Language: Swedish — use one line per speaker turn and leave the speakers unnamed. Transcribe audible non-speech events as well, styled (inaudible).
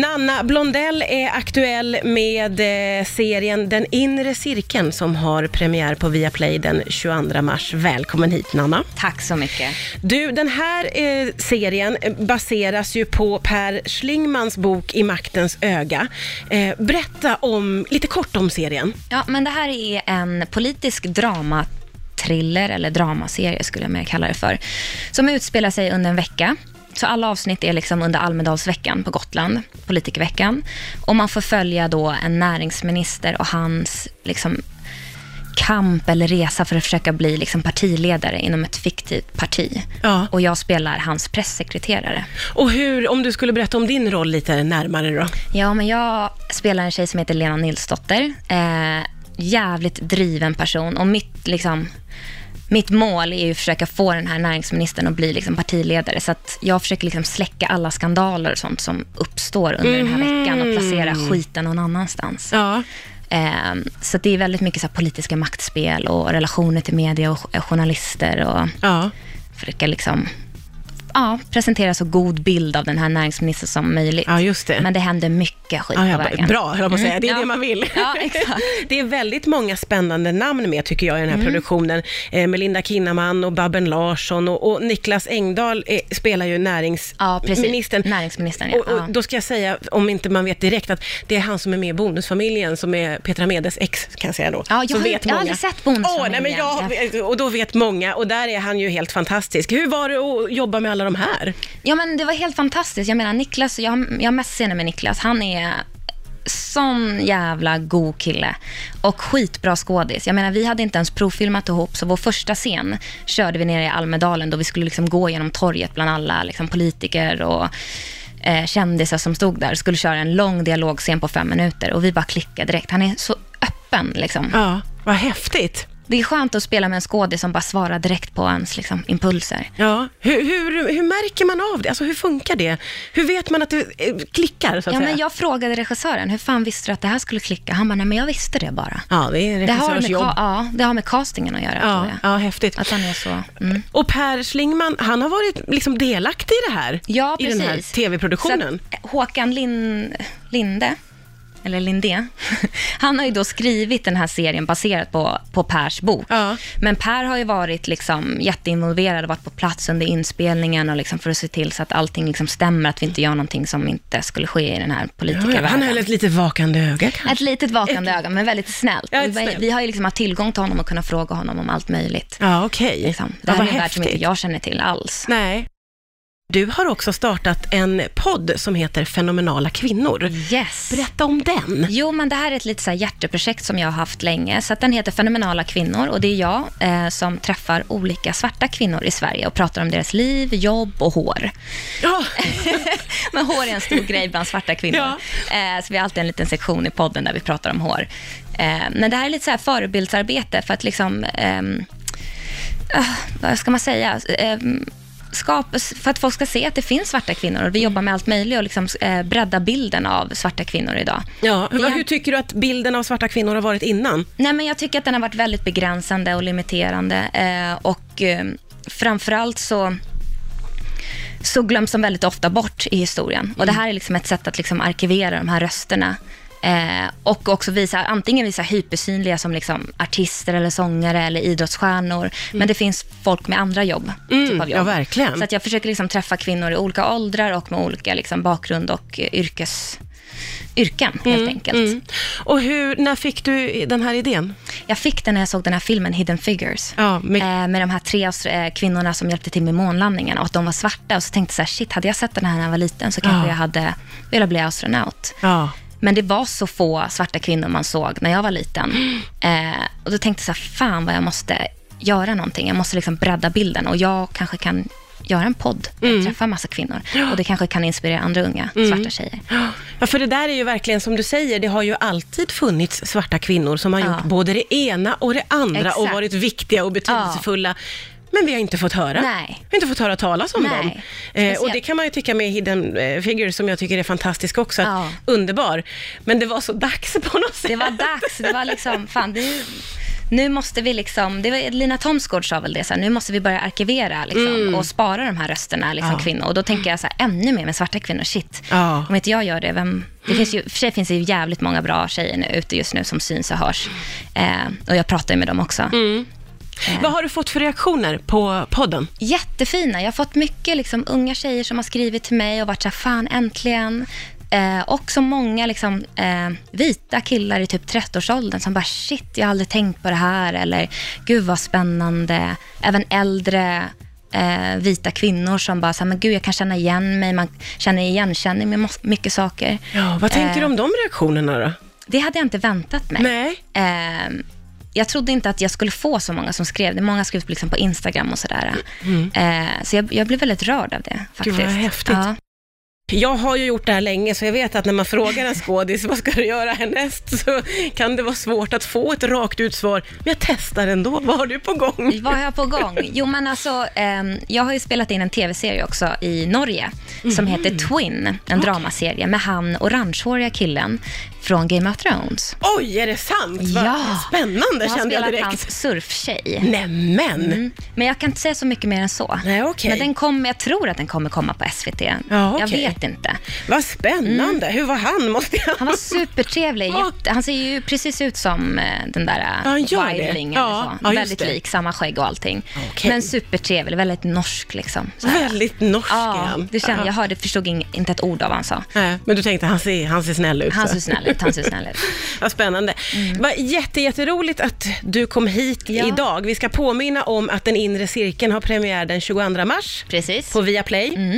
Nanna Blondell är aktuell med eh, serien Den inre cirkeln som har premiär på Viaplay den 22 mars. Välkommen hit Nanna.
Tack så mycket.
Du, den här eh, serien baseras ju på Per Schlingmans bok I maktens öga. Eh, berätta om, lite kort om serien.
Ja, men det här är en politisk dramatriller, eller dramaserie skulle jag mer kalla det för, som utspelar sig under en vecka. Så alla avsnitt är liksom under Almedalsveckan på Gotland, politikerveckan. Och man får följa då en näringsminister och hans liksom kamp eller resa för att försöka bli liksom partiledare inom ett fiktivt parti.
Ja.
Och jag spelar hans pressekreterare.
Och hur, om du skulle berätta om din roll lite närmare då?
Ja, men jag spelar en tjej som heter Lena Nilsdotter. Eh, jävligt driven person och mitt, liksom, mitt mål är ju att försöka få den här näringsministern att bli liksom, partiledare. Så att jag försöker liksom, släcka alla skandaler och sånt som uppstår under den här veckan och placera skiten någon annanstans.
Ja.
Eh, så att det är väldigt mycket så här, politiska maktspel och relationer till media och eh, journalister och
Ja.
försöka liksom, ja, presentera så god bild av den här näringsministern som möjligt.
Ja, just det.
Men det händer mycket skit
Ja, Ah, ja,
på vägen. Mm.
bra, höll jag på att säga. Det är
Ja.
det man vill.
(laughs) Ja, exakt. Mm.
det är väldigt många spännande namn med, tycker jag, i den här produktionen. Eh, Melinda Kinnaman och Babben Larsson och, och Niklas Engdahl eh, spelar ju
Ja, precis.
näringsministern.
Näringsministern, ja.
Och, och
Ja.
Då ska jag säga, om inte man vet direkt, att det är han som är med i Bonusfamiljen, som är Petra Medes ex, kan jag säga då.
Ja, jag
Så
har ju-
vet
jag har
många.
aldrig sett Bonusfamiljen.
Åh, nej, men jag, och då vet många, och där är han ju helt fantastisk. Hur var det att jobba med alla de här?
Ja, men det var helt fantastiskt. Jag menar, Niklas, jag, jag har mest scener med Niklas. Han är sån jävla god kille och skitbra skådis. Jag menar, vi hade inte ens provfilmat ihop, så vår första scen körde vi ner i Almedalen då vi skulle liksom gå genom torget bland alla liksom, politiker och eh, kändisar som stod där skulle köra en lång dialogscen på fem minuter och vi bara klickade direkt. Han är så öppen. Liksom.
Ja, vad häftigt.
Det är skönt att spela med en skådis som bara svarar direkt på ens liksom, impulser.
Ja, hur, hur, hur märker man av det? Alltså hur funkar det? Hur vet man att det eh, klickar så att
Ja,
säga?
men jag frågade regissören, hur fan visste du att det här skulle klicka? Han bara, nej men jag visste det bara.
ja, det är en
Det har,
regissörs
med,
jobb.
ka- ja, det har med castingen att göra,
Ja,
tror jag.
ja, häftigt.
Att han är så... Mm.
Och Per Schlingman, han har varit liksom delaktig i det här.
Ja,
I
precis.
den här tv-produktionen.
Så att eh, Håkan Lin- Linde, eller Lindé, (laughs) han har ju då skrivit den här serien baserat på, på Pers bok.
Ja.
Men Per har ju varit liksom jätteinvolverad och varit på plats under inspelningen och liksom för att se till så att allting liksom stämmer, att vi inte gör någonting som inte skulle ske i den här
Ja, ja,
politikervärlden.
han höll ett lite vakande öga kanske.
Ett litet vakande öga, men väldigt snällt.
Ja, ett
vi,
snällt.
vi har ju liksom haft tillgång till honom och kunnat fråga honom om allt möjligt.
Ja, okej.
Liksom.
Ja,
Det här
vad
är en värld som inte
häftigt.
jag känner till alls.
Nej. Du har också startat en podd som heter Fenomenala kvinnor.
Mm. Yes.
Berätta om den.
Jo, men det här är ett litet så här hjärteprojekt som jag har haft länge. Så att den heter Fenomenala kvinnor och det är jag eh, som träffar olika svarta kvinnor i Sverige och pratar om deras liv, jobb och hår. (laughs)
Ja,
Men hår är en stor grej bland svarta kvinnor.
Ja.
Eh, så vi har alltid en liten sektion i podden där vi pratar om hår. Eh, men det här är lite så här förebildsarbete för att liksom, ehm, ah, vad ska man säga? Ehm, skapa- för att folk ska se att det finns svarta kvinnor. Och vi jobbar med allt möjligt och liksom, eh, bredda bilden av svarta kvinnor idag.
ja.
Det är-
Hur, hur tycker du att bilden av svarta kvinnor har varit innan?
Nej, men jag tycker att den har varit väldigt begränsande och limiterande. Eh, och eh, framförallt så, så glöms de väldigt ofta bort i historien. Och det här är liksom ett sätt att liksom arkivera de här rösterna. Eh, och också visa, antingen visa hypersynliga som liksom artister eller sångare eller idrottsstjärnor. Men det finns folk med andra jobb. typ av
Mm. ja,
jobb.
verkligen.
Så att jag försöker liksom träffa kvinnor i olika åldrar och med olika liksom bakgrund och eh, yrkes, yrken, helt enkelt.
Mm. Och hur, när fick du den här idén?
Jag fick den när jag såg den här filmen Hidden Figures.
Ja, med-
Eh, med de här tre austra- eh, kvinnorna som hjälpte till med månlandningen och att de var svarta. Och så tänkte jag så här, shit, hade jag sett den här när jag var liten så kanske
Ja.
jag hade velat bli astronaut.
Ja.
Men det var så få svarta kvinnor man såg när jag var liten. Eh, och då tänkte jag så här, fan vad jag måste göra någonting. Jag måste liksom bredda bilden och jag kanske kan göra en podd där jag träffar en massa kvinnor. Och det kanske kan inspirera andra unga svarta tjejer.
Ja, för det där är ju verkligen som du säger, det har ju alltid funnits svarta kvinnor som har gjort både det ena och det andra och
Exakt.
varit viktiga och betydelsefulla. Men vi har inte fått höra.
Nej.
Vi har inte fått höra talas om
Nej.
dem. Eh,
Speciellt-
och det kan man ju tycka med Hidden eh, Figures, som jag tycker är fantastisk också. Att,
Ja. (laughs)
Underbar. Men det var så dags på något sätt.
Det var dags. Det var liksom, fan, det är ju nu måste vi liksom, det var, Lina Thomsgård sa väl det, så här, nu måste vi börja arkivera liksom, och spara de här rösterna, liksom,
Mm. Ja.
kvinnor. Och då tänker jag så här, ännu mer med svarta kvinnor, shit.
Ja.
Om inte jag gör det, vem... Det finns ju, för sig finns det ju jävligt många bra tjejer nu, ute just nu som syns och hörs. Eh, och jag pratar ju med dem också.
Mm. Vad har du fått för reaktioner på podden?
Jättefina. Jag har fått mycket liksom, unga tjejer som har skrivit till mig och varit så här, fan äntligen. Eh, och så många liksom, eh, vita killar i typ 30-årsåldern som bara, shit, jag har aldrig tänkt på det här. Eller, gud vad spännande. Även äldre eh, vita kvinnor som bara, så här, men gud, jag kan känna igen mig. Man känner igenkänning med mos- mycket saker.
Ja, vad tänker du om de reaktionerna då?
Det hade jag inte väntat mig.
Eh. Nej.
Ehm, jag trodde inte att jag skulle få så många som skrev. Det är många som skrev på, liksom på Instagram och sådär. Ehm, så jag, jag blev väldigt rörd av det
Mm. Gud,
faktiskt.
vad häftigt.
Ja.
Jag har ju gjort det här länge, så jag vet att när man frågar en skådis vad ska du göra härnäst, så kan det vara svårt att få ett rakt ut svar. Men jag testar ändå. Vad har du på gång?
Vad har jag på gång? Jo, men alltså, ehm, jag har ju spelat in en tv-serie också i Norge
Mhm.
som heter Twin, en dramaserie med han orangehåriga killen från Game of Thrones.
Oj, är det sant? Vad
Ja.
spännande
jag har
kände jag
spelat
direkt.
hans surftjej.
Nämen!
Mm. Men jag kan inte säga så mycket mer än så.
Nej, okej.
Men den kommer, jag tror att den kommer komma på SVT.
Ja,
Jag
okej.
vet inte.
Vad spännande. Hur var han? Måste jag...
Mm. Han var supertrevlig.
Ja.
Jätte, han ser ju precis ut som eh, den där eh,
Ja, han gör det.
Wildling.
Ja,
eller så.
ja, just
väldigt
det.
lik, samma skägg och allting.
Okej.
Men supertrevlig, väldigt norsk. Liksom, så
(laughs)
här.
Väldigt norsk är
ja,
han.
det kände,
Ja.
Jag hörde, förstod ing, inte ett ord av vad han sa.
Nej, men du tänkte han ser, han ser snäll ut.
Han
så.
ser snäll ut. Han ser snäll
(laughs)
ut.
Vad spännande. Vad jätte, jätteroligt att du kom hit
Ja.
idag. Vi ska påminna om att Den inre cirkeln har premiär den 22 mars
Precis.
på Viaplay.